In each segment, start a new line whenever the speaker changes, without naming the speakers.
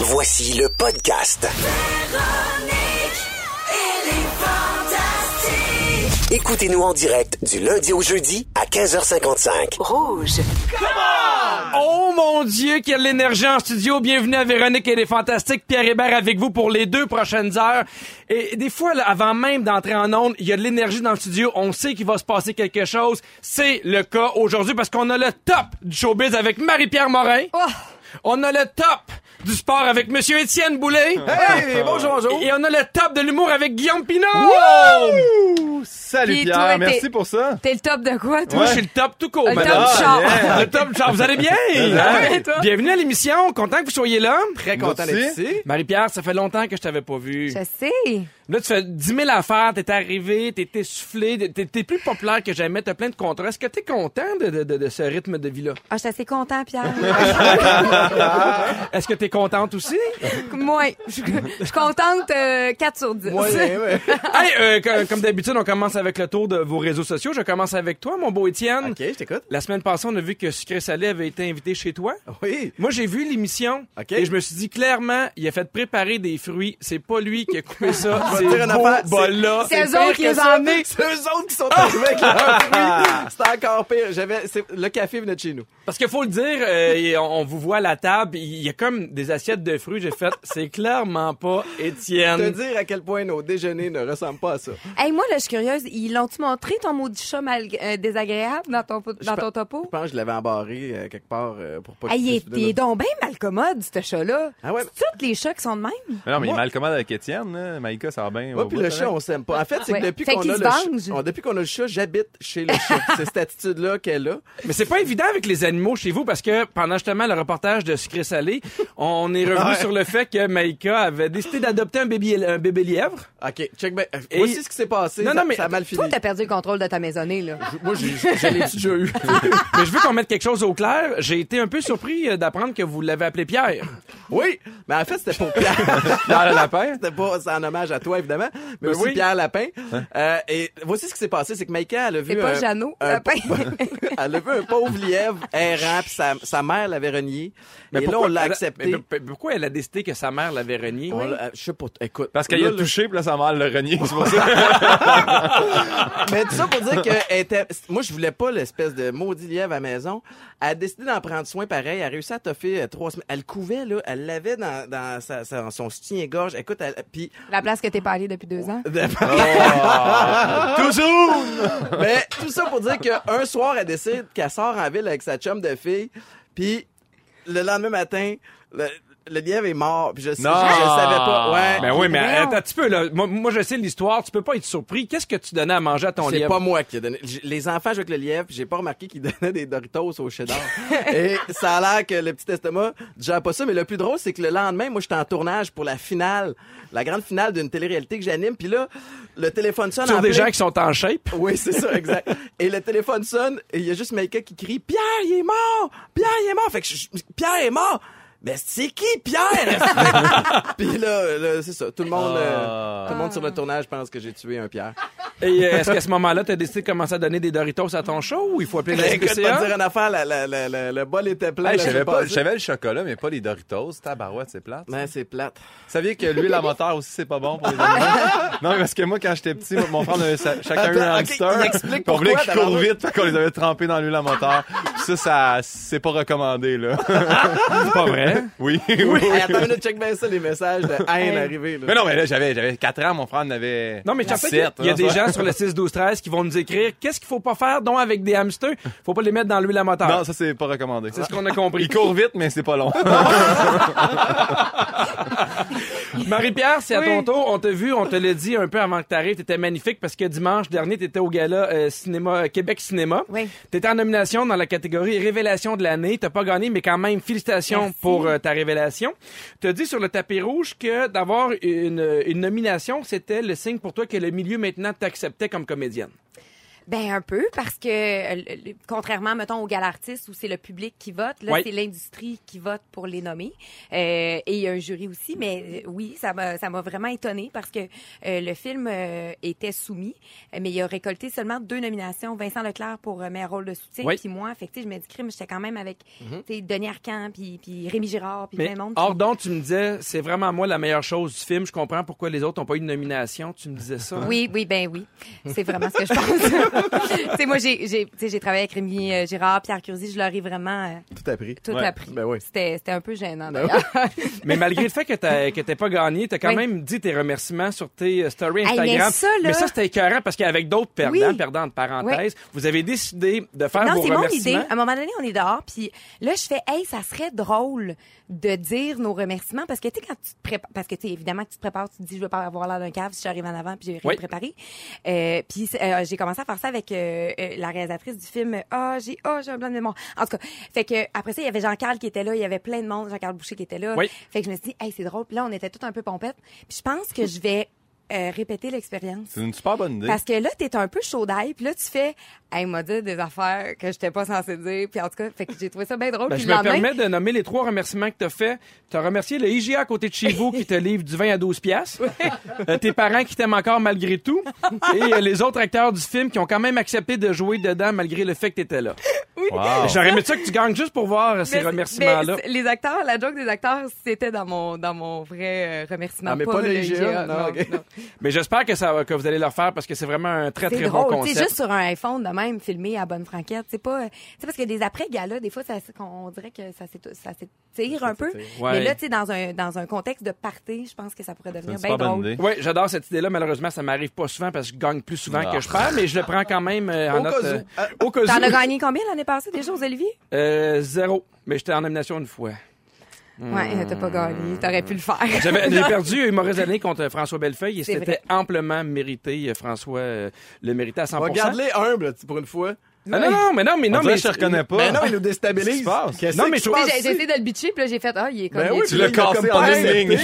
Voici le podcast. Écoutez-nous en direct du lundi au jeudi à 15h55.
Rouge.
Oh mon Dieu, quelle énergie en studio. Bienvenue à Véronique et les Fantastiques. Pierre Hébert avec vous pour les deux prochaines heures. Et des fois, là, avant même d'entrer en onde, il y a de l'énergie dans le studio. On sait qu'il va se passer quelque chose. C'est le cas aujourd'hui parce qu'on a le top du showbiz avec Marie-Pierre Morin.
Oh.
Oh,
On a le top du sport avec Monsieur Étienne Boulay.
Hey, bonjour, bonjour.
Et on a le top de l'humour avec Guillaume Pinot.
Wow! Salut
Puis
Pierre,
toi, t'es-
merci pour ça.
T'es le top de quoi, toi?
Moi,
Ouais.
je suis le top tout court.
Le
madame. Ah,
top du char.
Le top du char. Vous allez bien?
et toi?
Bienvenue à l'émission. Content que vous soyez là. Très content
Merci.
d'être ici. Marie-Pierre, ça fait longtemps que je t'avais pas vu.
Je sais.
Là, tu fais 10 000 affaires, t'es arrivé, t'es essoufflé, t'es t'es plus populaire que jamais, t'as plein de contrats. Est-ce que t'es content de, de- de- de ce rythme de vie-là?
Ah, je suis assez content, Pierre.
Est-ce que t'es contente aussi?
Moi, je je suis contente euh, 4 sur 10.
Hey, euh, co- comme d'habitude, on commence avec le tour de vos réseaux sociaux. Je commence avec toi, mon beau Étienne.
je t'écoute.
La semaine passée, on a vu que Sucré Salé avait été invité chez toi.
Oui.
Moi, j'ai vu l'émission
OK.
et je me suis dit clairement, il a fait préparer des fruits. C'est pas lui qui a coupé ça.
Je
C'est
vais te dire une affaire,
beau bol-là.
C'est eux autres qui les ont amenés.
C'est eux autres qui sont arrivés avec leurs fruits. C'était encore pire. J'avais, c'est- le café venait de chez nous.
Parce qu'il faut le dire, euh, et on, on vous voit à la table, il y a comme des assiettes de fruits. J'ai fait, c'est clairement pas
Te
Um.
Étienne.
dire à quel point nos déjeuners ne ressemblent pas à ça.
Hey, moi, là, je suis curieuse. Ils l'ont-tu montré, ton maudit chat mal, euh, désagréable, dans ton, dans ton
Je
topo?
pense que je l'avais embarré euh, quelque part euh, pour pas
Hey, il
qu'il
est,
puisse-
il est donc bien malcommode, ce chat-là.
Ah ouais.
C'est tous les chats qui sont de même?
Mais non,
Moi-
mais il est mal commode avec Étienne, là. Maïka, ça va bien.
Moi
au
puis
bout,
le
là.
chat, on s'aime pas. En fait, c'est que
Ouais.
depuis
Fait
qu'on
qu'il
a
se
le chat,
venge.
on- depuis qu'on a le chat, j'habite chez le chat. c'est cette attitude-là qu'elle a.
Mais c'est pas évident avec les animaux chez vous parce que pendant justement le reportage de Sucré Salé, on est revenu sur le fait que Maïka avait décidé d'adopter un bébé, un bébé lièvre.
OK, check ben. euh,
Et-
Voici ce qui s'est passé.
Non,
Ça-
non, mais-
ça a mal fini.
Toi, t'as perdu le contrôle de ta maisonnée, là.
Moi, j'ai- je l'ai déjà eu.
Mais je veux qu'on mette quelque chose au clair. J'ai été un peu surpris euh, d'apprendre que vous l'avez appelé Pierre.
Oui, mais en fait, c'était pour Pierre.
Dans le lapin.
C'était pas c'est en hommage à toi, évidemment, mais
Ben
aussi
oui. Hein?
Pierre Lapin. Euh, et voici ce qui s'est passé, c'est que Maïka, elle a vu...
C'est pas
un-
Jeannot,
un
Lapin.
pau- elle a vu un pauvre lièvre errant, puis sa, sa mère l'avait renié. et là, on
pourquoi-
l'a
elle a- mais ben, euh,
accepté.
p- p- pourquoi elle a décidé que sa mère l'avait renié?
On l'a- je sais pas, écoute.
Parce qu'il a
là,
touché, puis là, sa mère l'a renié. C'est pour ça.
là, Mais tout ça pour dire que elle était, moi, je voulais pas l'espèce de maudit lièvre à la maison. Elle a décidé d'en prendre soin pareil. Elle a réussi à toffer euh, trois semaines. Elle couvait, là. Elle l'avait dans, dans sa- sa- son soutien-gorge. Écoute, elle, puis
La place que t'es pas allée depuis deux ans.
Oh.
Mais tout ça pour dire qu'un soir, elle décide qu'elle sort en ville avec sa chum de fille, puis le lendemain matin, le, le lièvre est mort, puis je, sais- je,
Non.
savais pas. Ouais.
Ben oui, mais
Voyons.
hein.
attends un petit peu, là. Moi, moi, je sais l'histoire. Tu peux pas être surpris. Qu'est-ce que tu donnais à manger à ton
C'est
lièvre?
pas moi qui ai donné. J- Les enfants jouent avec le lièvre, puis j'ai pas remarqué qu'ils donnaient des Doritos au cheddar. Et ça a l'air que le petit estomac digère pas ça. Mais le plus drôle, c'est que le lendemain, moi, j'étais en tournage pour la finale, la grande finale d'une télé-réalité que j'anime. Puis là, le téléphone sonne en
Sur des gens
plein-
qui sont en shape.
Oui, c'est ça, exact. Et le téléphone sonne et il y a juste Maïka qui crie Pierre, il est mort! Pierre, il est mort! Fait que je- je- Pierre est mort! Mais c'est qui Pierre? Puis là, là, c'est ça. Tout le monde,
Ah.
euh, tout le monde sur le tournage pense que j'ai tué un Pierre.
Et euh, est-ce qu'à ce moment-là, t'as décidé de commencer à donner des Doritos à ton show ou il faut appeler la
Mais écoute, pas te
SPCA?
dire une affaire, la- la- la- la- le bol était plein.
Ben, Hey,
là,
je
j'ai
savais pas-
passé.
je savais le chocolat, mais pas les Doritos. Tabarouette, c'est plate.
Ouais, c'est plate.
Vous saviez que l'huile à moteur aussi, c'est pas bon pour les animaux? non, parce que moi, quand j'étais petit, moi, mon frère, on avait sa- chacun eu un
Attends, ok,
hamster.
il explique
Puis on voulait
pourquoi,
qu'ils courent
tabarouette.
vite, fait qu'on les avait trempés dans l'huile à moteur. Puis ça, ça, c'est pas recommandé, là. c'est pas vrai? Oui. oui.
Hey, attends une minute, check bien ça, les messages de haine arrivés. là.
Mais non, mais là, j'avais, j'avais 4 ans, mon frère en avait.
Non, mais je sais qu'il y a-
17,
il y a
hein,
des
ça.
gens sur le 6-12-13 qui vont nous écrire qu'est-ce qu'il faut pas faire, donc, avec des hamsters. Faut pas les mettre dans l'huile à moteur.
Non, ça, c'est pas recommandé.
c'est ce qu'on a compris.
Il court vite, mais c'est pas long.
Marie-Pierre, c'est à ton tour. On t'a vu, on te l'a dit un peu avant que t'arrives. T'étais magnifique parce que dimanche dernier, t'étais au gala euh, cinéma, Québec Cinéma.
Oui.
T'étais en nomination dans la catégorie Révélation de l'année. T'as pas gagné, mais quand même, félicitations
Merci.
pour euh, ta révélation. T'as dit sur le tapis rouge que d'avoir une, une nomination, c'était le signe pour toi que le milieu maintenant t'acceptait comme comédienne.
Ben un peu parce que euh, le- le- contrairement mettons aux galartistes où c'est le public qui vote, là
Ouais.
c'est l'industrie qui vote pour les nommer Euh, et il y a un jury aussi. Mais euh, oui, ça m'a ça m'a vraiment étonnée parce que euh, le film euh, était soumis, euh, mais il a récolté seulement deux nominations. Vincent Leclerc pour euh, meilleur rôle de soutien,
Oui. Mhm.
puis moi, fait que, tu sais, je me dis crime, j'étais quand même avec tu sais, Denis Arcand, puis puis Rémi Girard, puis
Mais
plein de monde.
hors donc, tu me disais, c'est vraiment moi la meilleure chose du film. Je comprends pourquoi les autres n'ont pas eu de nomination. Tu me disais ça. hein?
Oui, oui, ben oui. C'est vraiment ce que je pense. tu sais, moi, j'ai, j'ai, tu sais, j'ai travaillé avec Rémi euh, Girard, Pierre Curzi, je leur ai vraiment euh,
Tout appris.
tout
Ouais,
appris.
ben oui.
C'était, c'était un peu gênant,
Ben
d'ailleurs.
Mais malgré le fait que t'as- que t'aies pas gagné, t'as quand
Oui.
même dit tes remerciements sur tes euh, stories
Hey, mais
Instagram.
ça, là-
Mais ça, c'était écœurant parce qu'avec d'autres perdants,
Oui.
perdants de parenthèse, vous avez décidé de faire
non,
vos
c'est mon idée.
remerciements.
À un moment donné, on est dehors, puis là, je fais, hey, ça serait drôle de dire nos remerciements, parce que tu sais, quand tu te prépares, parce que tu sais, évidemment, que tu te prépares, tu te dis, je veux pas avoir l'air d'un cave si j'arrive en avant, puis j'ai rien
Oui.
préparé. Euh, puis c'est- euh, j'ai commencé à faire ça avec euh, euh, la réalisatrice du film. Ah, j'ai, ah, j'ai un blanc de mémoire. En tout cas, fait que après ça, il y avait Jean-Carl qui était là, il y avait plein de monde, Jean-Carl Boucher qui était là.
Oui.
Fait que je me suis dit, hey, c'est drôle. Puis là, on était tout un peu pompettes. Puis je pense que je vais euh, répéter l'expérience.
C'est une super bonne idée.
Parce que là, t'es un peu chaud d'ail, puis là, tu fais, hey, il m'a dit des affaires que j'étais pas censée dire, puis en tout cas, fait que j'ai trouvé ça bien drôle.
Ben,
puis
je
le
me
lendemain-
permets de nommer les trois remerciements que t'as fait. T'as remercié le IGA à côté de chez vous qui te livre du 20 à 12 piastres. Euh, tes parents qui t'aiment encore malgré tout. Et euh, les autres acteurs du film qui ont quand même accepté de jouer dedans malgré le fait que t'étais là.
Wow.
J'aurais aimé ça que tu gagnes juste pour voir euh, ces
Mais-
remerciements-là.
mais Les acteurs, la joke des acteurs, c'était dans mon, dans mon vrai euh, remerciement.
Ah, mais pas
le
le IGA, non,
non,
ok.
non.
Mais j'espère que, ça, va- que vous allez le faire parce que c'est vraiment un très,
C'est
très
drôle,
bon
tu
concept.
sais, juste sur un iPhone de même, filmé à bonne franquette, c'est pas, tu sais, parce que des après galas, des fois, ça, s- on dirait que ça s'étire- ça s'étire un peu,
Ouais.
mais là, tu sais, dans un, dans un contexte de party, je pense que ça pourrait
C'est une
devenir bien
super bonne
drôle.
idée.
Oui, j'adore cette idée-là. Malheureusement, ça m'arrive pas souvent parce que je gagne plus souvent
Ah.
que je perds, mais je le prends quand même euh, en
Au cas
note.
où.
euh,
Ah,
au cas où.
T'en as gagné combien l'année passée déjà aux Olivier?
Euh, zéro. Mais j'étais en nomination une fois.
Ouais, t'as pas gagné. T'aurais pu le faire.
J'avais- J'ai perdu Humoriste de l'année contre François Bellefeuille et
C'est
c'était amplement mérité. Euh, François euh, le méritait à 100
Regarde-les humbles, tu- pour une fois.
Ah, non, non, mais non, mais non,
On dirait
mais.
que je te reconnais pas.
Mais non, il nous
Qu'est-ce qui
déstabilise.
se passe?
Qu'est-ce
Non,
que
mais
tu
je trouve-
penses?
J'ai j'ai essayé de le bitcher, puis là, j'ai fait, ah, il est comme.
Ben
il est-
oui,
tu l'as
Il a
cassé
comme
en
pas
une ligne.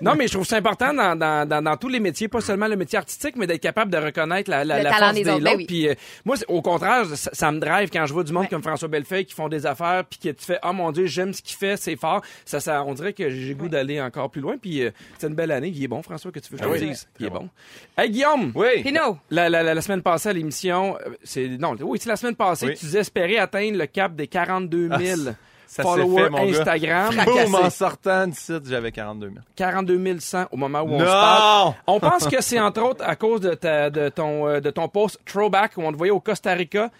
Non, mais je trouve ça important dans, dans, dans, dans tous les métiers, pas seulement le métier artistique, mais d'être capable de reconnaître la, la,
Le
la
talent
force
des
des
autres, ben
autres.
oui.
Puis euh, moi, c'est- au contraire, ça, ça me drive quand je vois du monde
Ouais.
comme François Bellefeuille qui font des affaires, puis que tu fais oh mon Dieu, j'aime ce qu'il fait, c'est fort. Ça, ça, on dirait que j'ai goût d'aller encore plus loin. Puis euh, c'est une belle année. Il est bon, François, que tu veux que je
Ah
te
oui.
dise. Il est bon. Hey Guillaume.
Oui.
Pino!
La, la, la, la semaine passée à l'émission, euh, c'est non, oui, c'est la semaine passée,
Oui. Ah,
tu espérais atteindre le cap des 42 000
ça s'est
followers
fait, mon gars.
Instagram.
Boum, en sortant du site, j'avais 42 000.
42 100 au moment où on se parle.
Non!
On pense que c'est entre autres à cause de, ta- de, ton, euh, de ton post Throwback où on te voyait au Costa Rica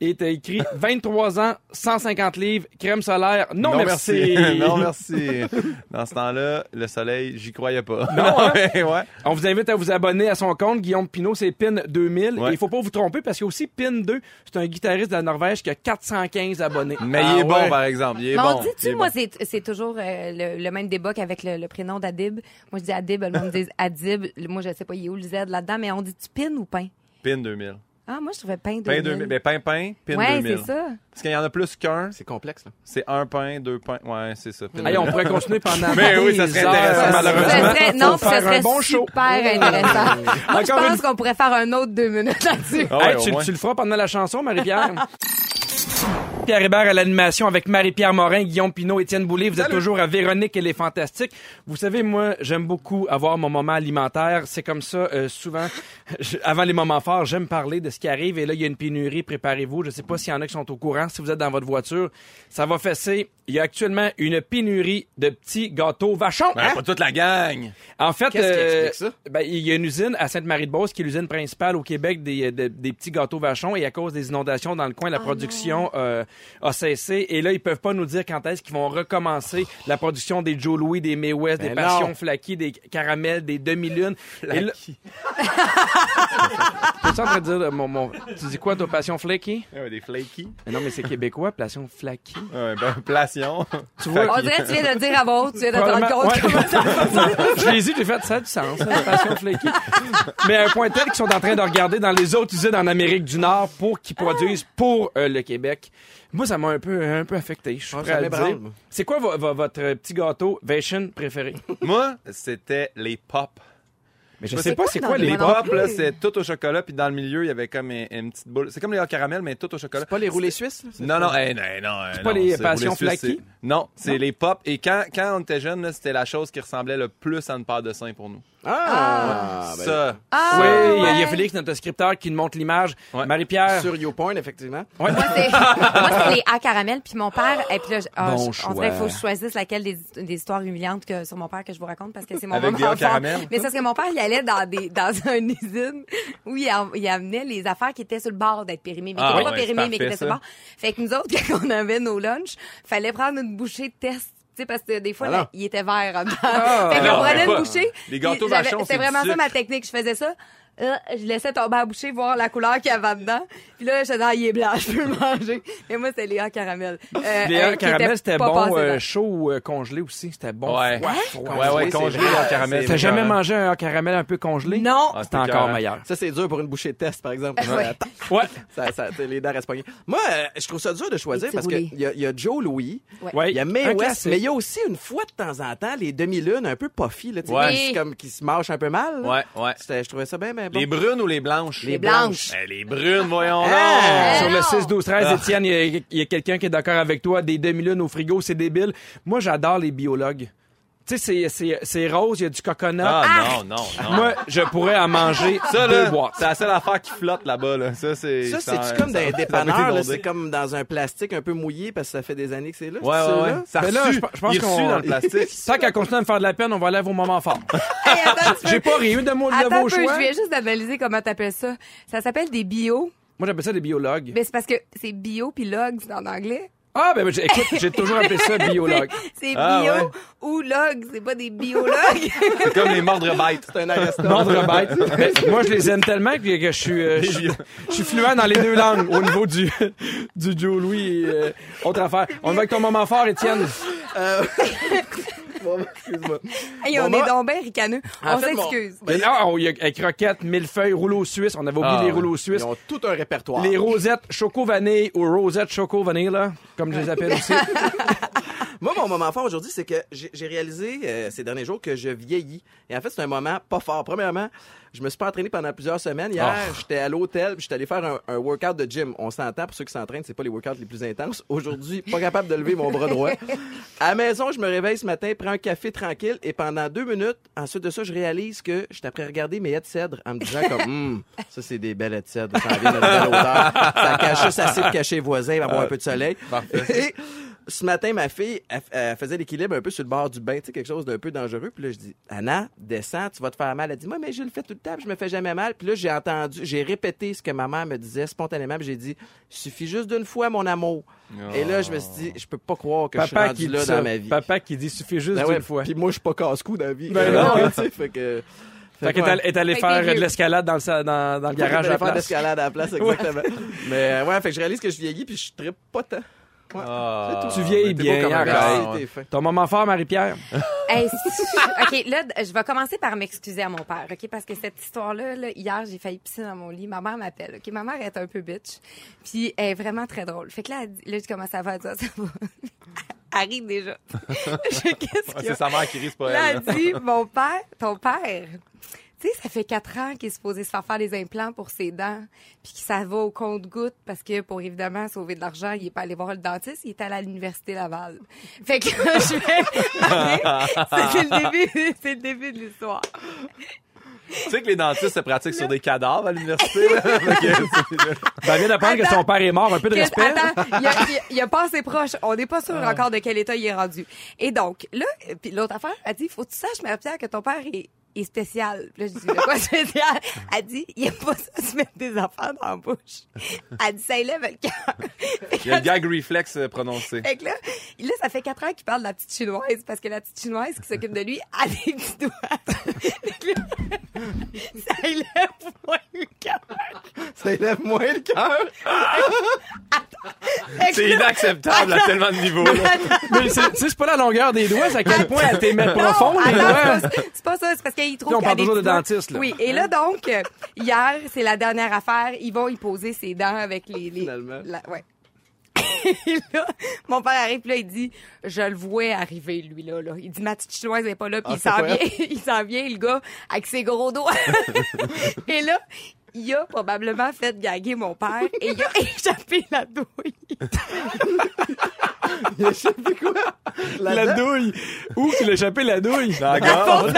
et t'as écrit 23 ans, 150 livres, crème solaire. Non, merci.
non, merci. Dans ce temps-là, le soleil, j'y croyais pas.
hein?
Non, mais ouais.
On vous invite à vous abonner à son compte. Guillaume Pinot, c'est PIN 2000.
Ouais.
Et il faut pas vous tromper parce qu'il y a aussi PIN 2. C'est un guitariste de la Norvège qui a 415 abonnés.
Mais
Ah
il est bon, ben,
ouais.
par exemple. Il est
Mais
bon.
on
Il est
dit-tu,
bon.
moi, c'est c'est toujours euh, le, le même débat qu'avec le, le prénom d'Adib. Moi, je dis Adib, le monde me dit Adib. Moi, je sais pas, il est où le Z là-dedans, mais on dit-tu pin ou pain?
Pin 2000.
Ah, moi, je trouvais pain de.
Pain 2000. Ben, pain, pain, pin
ouais,
2000.
c'est ça.
Parce qu'il y en a plus qu'un.
C'est complexe, là.
C'est un pain, deux pains. Ouais, c'est ça. pin
Hey, on
2000.
pourrait continuer pendant
Mais oui, ça
des
serait
heures,
intéressant.
Ce
malheureusement.
serait, non,
Faut
ce
faire
serait
un bon show.
super intéressant. moi, je
Encore une-
pense qu'on pourrait faire un autre deux minutes là-dessus.
Ah ouais,
Hey,
au
tu,
moins.
tu le feras pendant la chanson, Marie-Pierre. Pierre Hébert à l'animation avec Marie-Pierre Morin, Guillaume Pinot, Étienne Boulay. Vous êtes toujours à Véronique et les Fantastiques. Vous savez, moi, j'aime beaucoup avoir mon moment alimentaire. C'est comme ça, euh, souvent, je- avant les moments forts, j'aime parler de ce qui arrive. Et là, il y a une pénurie, préparez-vous. Je sais pas s'il y en a qui sont au courant. Si vous êtes dans votre voiture, ça va fesser. Il y a actuellement une pénurie de petits gâteaux vachons.
Ben, pas toute la gang.
En fait,
Qu'est-ce qui
euh,
explique
ben, il y a une usine à Sainte-Marie-de-Beauce qui est l'usine principale au Québec des, euh, de- des petits gâteaux vachons et à cause des inondations dans le coin, la production euh, a cessé et là ils peuvent pas nous dire quand est-ce qu'ils vont recommencer la production des Joe Louis, des May West, des
Ben
Passions
non.
Flaky, des caramels, des demi-lunes. Et là- T'es-tu en train de dire euh, mon, mon- tu dis quoi toi Passion Flaky
Ouais, des flaky.
Mais Non mais c'est québécois, Passion Flaky.
Ouais, ben, plation.
Tu vois,
On dirait que tu viens de le dire à voix haute, tu viens de te rendre
Probablement-
compte
ouais.
comment ça
Je les ai, j'ai fait ça a du sens, hein, passion flaky. Mais à un point tel qu'ils sont en train de regarder dans les autres usines en Amérique du Nord pour qu'ils produisent pour euh, le Québec. Moi, ça m'a un peu, un peu affecté. Je suis
Ah,
prêt
ça
à le
m'ébranle,
dire.
moi.
C'est euh, quoi vo- vo- votre petit gâteau Vation préféré?
Moi, c'était les pop.
Mais je
Mais
sais
c'est
pas
quoi
c'est
dans
quoi
des
les
bonbons?
pop.
Hop, là, c'est tout au chocolat, puis dans le milieu, il y avait comme une, une petite boule. C'est comme les hors caramel, mais tout au chocolat.
C'est pas les roulés suisses? là? C'est-
Non, non, hey, non, hey, non.
C'est
hey,
pas
non,
les
c'est-
passions
vous Suisses,
flaquies?
c'est- Non, c'est les pop. Et quand, quand on était jeunes, là, c'était la chose qui ressemblait le plus à une paire de seins pour nous.
Ah! ben,
ça.
Ah,
oui, il y a- il y a
ouais.
Félix, notre scripteur, qui nous montre l'image.
Ouais.
Marie-Pierre.
Ben, Sur YouPorn, effectivement.
Ouais.
Moi, c'est moi, c'est les à caramel, puis mon père. Et puis là, je- ah,
Bon
je- on dirait qu'il
choix.
faut que je choisisse laquelle des, des histoires humiliantes que, sur mon père que je vous raconte parce que c'est mon
Avec
moment
des hauts
fort.
caramels?
Mais c'est parce que mon père, il allait dans, des, dans une usine où il, am- il amenait les affaires qui étaient sur le bord d'être périmées, mais qui
Ah,
n'étaient
ouais,
pas
ouais,
périmées,
c'est
mais qui étaient sur
parfait,
le
ça.
bord. Fait que nous autres, quand on avait nos lunchs, fallait prendre une bouchée de test. Tu sais, parce que des fois,
Alors?
là, il était vert en dedans. fait qu'on
Ah Non,
prenait une
pas-
bouchée.
les gâteaux
il- j'avais-
vachons, c'est
C'était
du
vraiment ça
sucre.
ma technique. Je faisais ça. Euh, je laissais tomber à la bouchée, voir la couleur qu'il y avait dedans. Puis là, je disais, ah, il est blanc, je peux le manger. Mais moi, c'était Léa Caramel. Euh,
Léa,
euh, qui
caramel,
était
c'était
pas
bon
passé
euh,
dans-
chaud ou euh, congelé aussi. C'était bon.
Ouais.
Froid,
Ouais,
froid,
ouais,
froid.
c'est
congelé
vrai,
en caramel.
c'est
T'as
c'est
jamais
écœurant.
mangé un caramel un peu congelé?
Non.
Ah,
C'était
c'est
encore
écœurant.
meilleur.
Ça, c'est dur pour une bouchée de test, par exemple.
Ah Ouais.
Attends,
Ouais.
ça, ça, t'as les dents restent pognées. Moi, euh, je trouve ça dur de choisir
Les petits
parce qu'il
roulés.
y, a- il y a Joe Louis,
Ouais.
Ouais.
il y a
Un
May West,
classique.
mais il y a aussi une fois de temps en temps les demi-lunes un peu puffy, là, tu sais,
Ouais.
qui, se- comme, qui se marchent un peu mal. là.
Ouais, ouais.
C'était- Je trouvais ça bien, mais bon.
Les brunes ou les blanches?
Les blanches.
Eh, les brunes, voyons.
Ah!
donc.
Sur
non.
le 6-12-13,
Ah.
Étienne, il y a- il y a, quelqu'un qui est d'accord avec toi. Des demi-lunes au frigo, c'est débile. Moi, j'adore les biologues. Tu sais, c'est- c'est- c'est rose, il y a du coconut.
Ah, non, non, non.
Moi, je pourrais en manger
ça,
deux
là,
boîtes.
c'est la seule affaire qui flotte là-bas, là. Ça, c'est.
Ça,
ça-
c'est comme dans un
ça- ça a été
dépanneur, là,
inondé.
c'est comme dans un plastique un peu mouillé parce que ça fait des années que c'est là.
Ouais, ouais, ouais. Ça
Ben là,
ressue.
je pe- je pense
Il ressue
qu'on-
dans le plastique.
Tant qu'elle continue à me faire de la peine, on va aller à vos moments forts.
Hey, attends, un petit peu.
J'ai pas ri une de, mo- de
Attends un
vos
peu,
choix.
je viens juste d'analyser comment t'appelles ça. Ça s'appelle des bio.
Moi, j'appelle ça des biologues.
Mais c'est parce que c'est bio puis log, c'est en anglais.
Ah, ben, j'ai- écoute, j'ai toujours appelé ça biologue.
C'est bio
Ah, ouais.
ou log, c'est pas des biologues.
C'est comme les mordre bêtes.
C'est un arrestant.
Mordre bête. Mais moi, je les aime tellement que, que je suis, euh, je, suis- je suis fluent dans les deux langues au niveau du, du Joe Louis et euh, autre affaire. On va avec ton moment fort, Étienne.
Bon, excuse-moi.
Hey, on
Bon, moi-
est donc bien ricaneux.
En
on
fait, mon-
s'excuse.
Ben,
Mais là, oh, il y a euh, croquettes, millefeuilles, rouleaux suisses. On avait oublié
Ah,
les
ouais.
rouleaux
Ils
suisses.
ont tout un répertoire.
Les rosettes choco-vanille ou rosettes choco-vanille, là, comme je les appelle aussi.
Moi, mon moment fort aujourd'hui, c'est que j'ai j'ai réalisé euh, ces derniers jours que je vieillis. Et en fait, c'est un moment pas fort. Premièrement, je me suis pas entraîné pendant plusieurs semaines. Hier, j'étais à l'hôtel, puis j'étais allé faire un, un workout de gym. On s'entend, pour ceux qui s'entraînent, c'est pas les workouts les plus intenses. Aujourd'hui, pas capable de lever mon bras droit. À la maison, je me réveille ce matin, prends un café tranquille, et pendant deux minutes, ensuite de ça, je réalise que je après regarder mes haies de cèdre en me disant comme, Hum, ça c'est des belles haies de cèdre, ça en vient d'une belle odeur. Ça cache ça, ça cible cacher les voisins, il va avoir un peu de soleil. Et ce matin, ma fille, elle, elle faisait l'équilibre un peu sur le bord du bain, tu sais, quelque chose d'un peu dangereux. Puis là, je dis, Anna, descends, tu vas te faire mal. Elle dit, moi, mais je le fais tout le temps, puis je me fais jamais mal. Puis là, j'ai entendu, j'ai répété ce que ma mère me disait spontanément, puis j'ai dit, suffit juste d'une fois, mon amour. Et là, je me suis dit, je peux pas croire que
Papa
je suis
qui
rendu
dit
là
ça.
dans ma vie.
Papa qui dit suffit juste
Ben
d'une
ouais,
fois.
Puis moi, je suis pas casse-cou dans la vie.
Ben non.
tu sais, fait que.
Fait qu'elle est allée- est allée
Fait que
faire
t'es
euh, de
vieux.
l'escalade dans le, sa- dans, dans le garage à la
faire
place.
d'escalade à la place, exactement. Mais euh, ouais, fait que je réalise que je vieillis puis je trippe pas tant.
Ah,
Tu vieillis
mais t'es
bien,
beau comme un
arrête.
garçon,
Merci,
hein.
t'es fin.
Ton moment fort, Marie-Pierre.
Hey, si- OK, là, d- je vais commencer par m'excuser à mon père, OK? Parce que cette histoire-là, là, hier, j'ai failli pisser dans mon lit. Ma mère m'appelle, OK? Ma mère est un peu bitch. Puis elle est vraiment très drôle. Fait que là, elle dit- là je commence à faire ça, ça va. Arrive déjà. Je fais, qu'est-ce
Ah,
qu'il y
C'est
a?
sa mère qui rit, c'est pas
Là,
elle.
elle
là.
dit, mon père, ton père, tu sais, ça fait quatre ans qu'il est supposé se faire faire des implants pour ses dents, puis que ça va au compte-goutte parce que pour évidemment sauver de l'argent, il est pas allé voir le dentiste, il est allé à l'université Laval. Fait que je vais, c'est le début, c'est le début de l'histoire.
Tu sais que les dentistes se pratiquent sur des cadavres à l'université, là. Ok, c'est-
Ben, elle vient d'apprendre que
Attends.
son père est mort. Un peu de
Que-
respect.
Attends, il y a- il y a- il y a, pas assez proche. On n'est pas sûr encore de quel état il est rendu. Et donc, là, euh, puis l'autre affaire, elle dit, faut que tu saches, ma pierre, que ton père est, est spécial. Puis Là, je dis, de quoi spécial? Elle dit, il aime pas ça se mettre des affaires dans la bouche. Elle dit, ça élève le cœur.
Il y a le gag reflex euh, prononcé.
Fait que là, là, ça fait quatre ans qu'il parle de la petite chinoise parce que la petite chinoise qui s'occupe de lui a des petits doigts. Fait que là, ça élève moins le cœur.
Ça élève moins le cœur.
Fait que
C'est
là-
inacceptable à tellement de niveaux, là.
Mais c'est tu sais, c'est pas la longueur des doigts, c'est à quel point elle t'aimait
Non,
profond. les
attends,
doigts.
c'est pas- c'est pas ça, c'est parce qu'ils trouvent
on
qu'il y a
parle
des
toujours de
petits doigts.
dentiste, là.
Oui, et là donc euh, hier, c'est la dernière affaire, ils vont y poser ses dents avec les, les-
Finalement.
la- ouais. Et là, mon père arrive, puis là, il dit, je le vois arriver, lui, là, là. Il dit, ma petite chinoise n'est pas là, puis
Ah,
il
c'est
s'en
pas
vient, il s'en vient, le gars, avec ses gros doigts. et là, il a probablement fait gaguer mon père et il a échappé la douille.
Je sais plus quoi.
La douille. Où qu'il a échappé la douille?
Dans la gorge.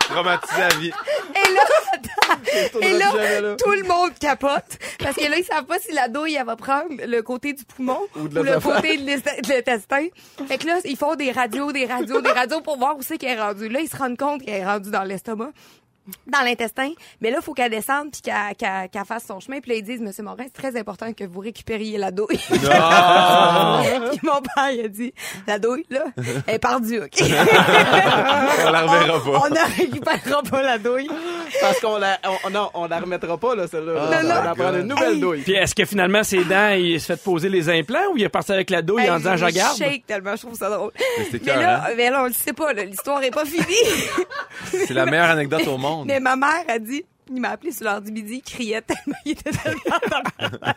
Traumatisé à vie.
Et là, Et là,
Jamais, là.
tout le monde capote. Parce que là, ils savent pas si la douille, elle va prendre le côté du poumon ou,
de la
le
face.
côté de l'est- de l'intestin. Fait que là, ils font des radios, des radios, des radios pour voir où c'est qu'elle est rendue. Là, ils se rendent compte qu'elle est rendue dans l'estomac. Dans l'intestin, mais là, il faut qu'elle descende puis qu'elle qu'elle- qu'elle fasse son chemin. Puis là, ils disent, Monsieur Morin, c'est très important que vous récupériez la douille.
Ah.
Puis mon père, il a dit, la douille, là, elle est perdue, OK?
On la reverra
on
pas.
ne récupérera pas la douille.
Parce qu'on la, on, non, on la remettra pas, là, celle-là.
Ah,
on
non.
va en prendre une nouvelle
Hey.
douille.
Puis est-ce que finalement, ses dents, il se fait poser les implants ou il est parti avec la douille en
Hey,
disant, je garde?
shake tellement, je trouve ça drôle.
c'était
Mais
cœur,
là,
hein?
mais là, on le sait pas, là, l'histoire est pas finie.
C'est la meilleure anecdote au monde.
mais ma mère a dit, il m'a appelé sur l'heure du midi, il criait tellement, il était tellement dans la-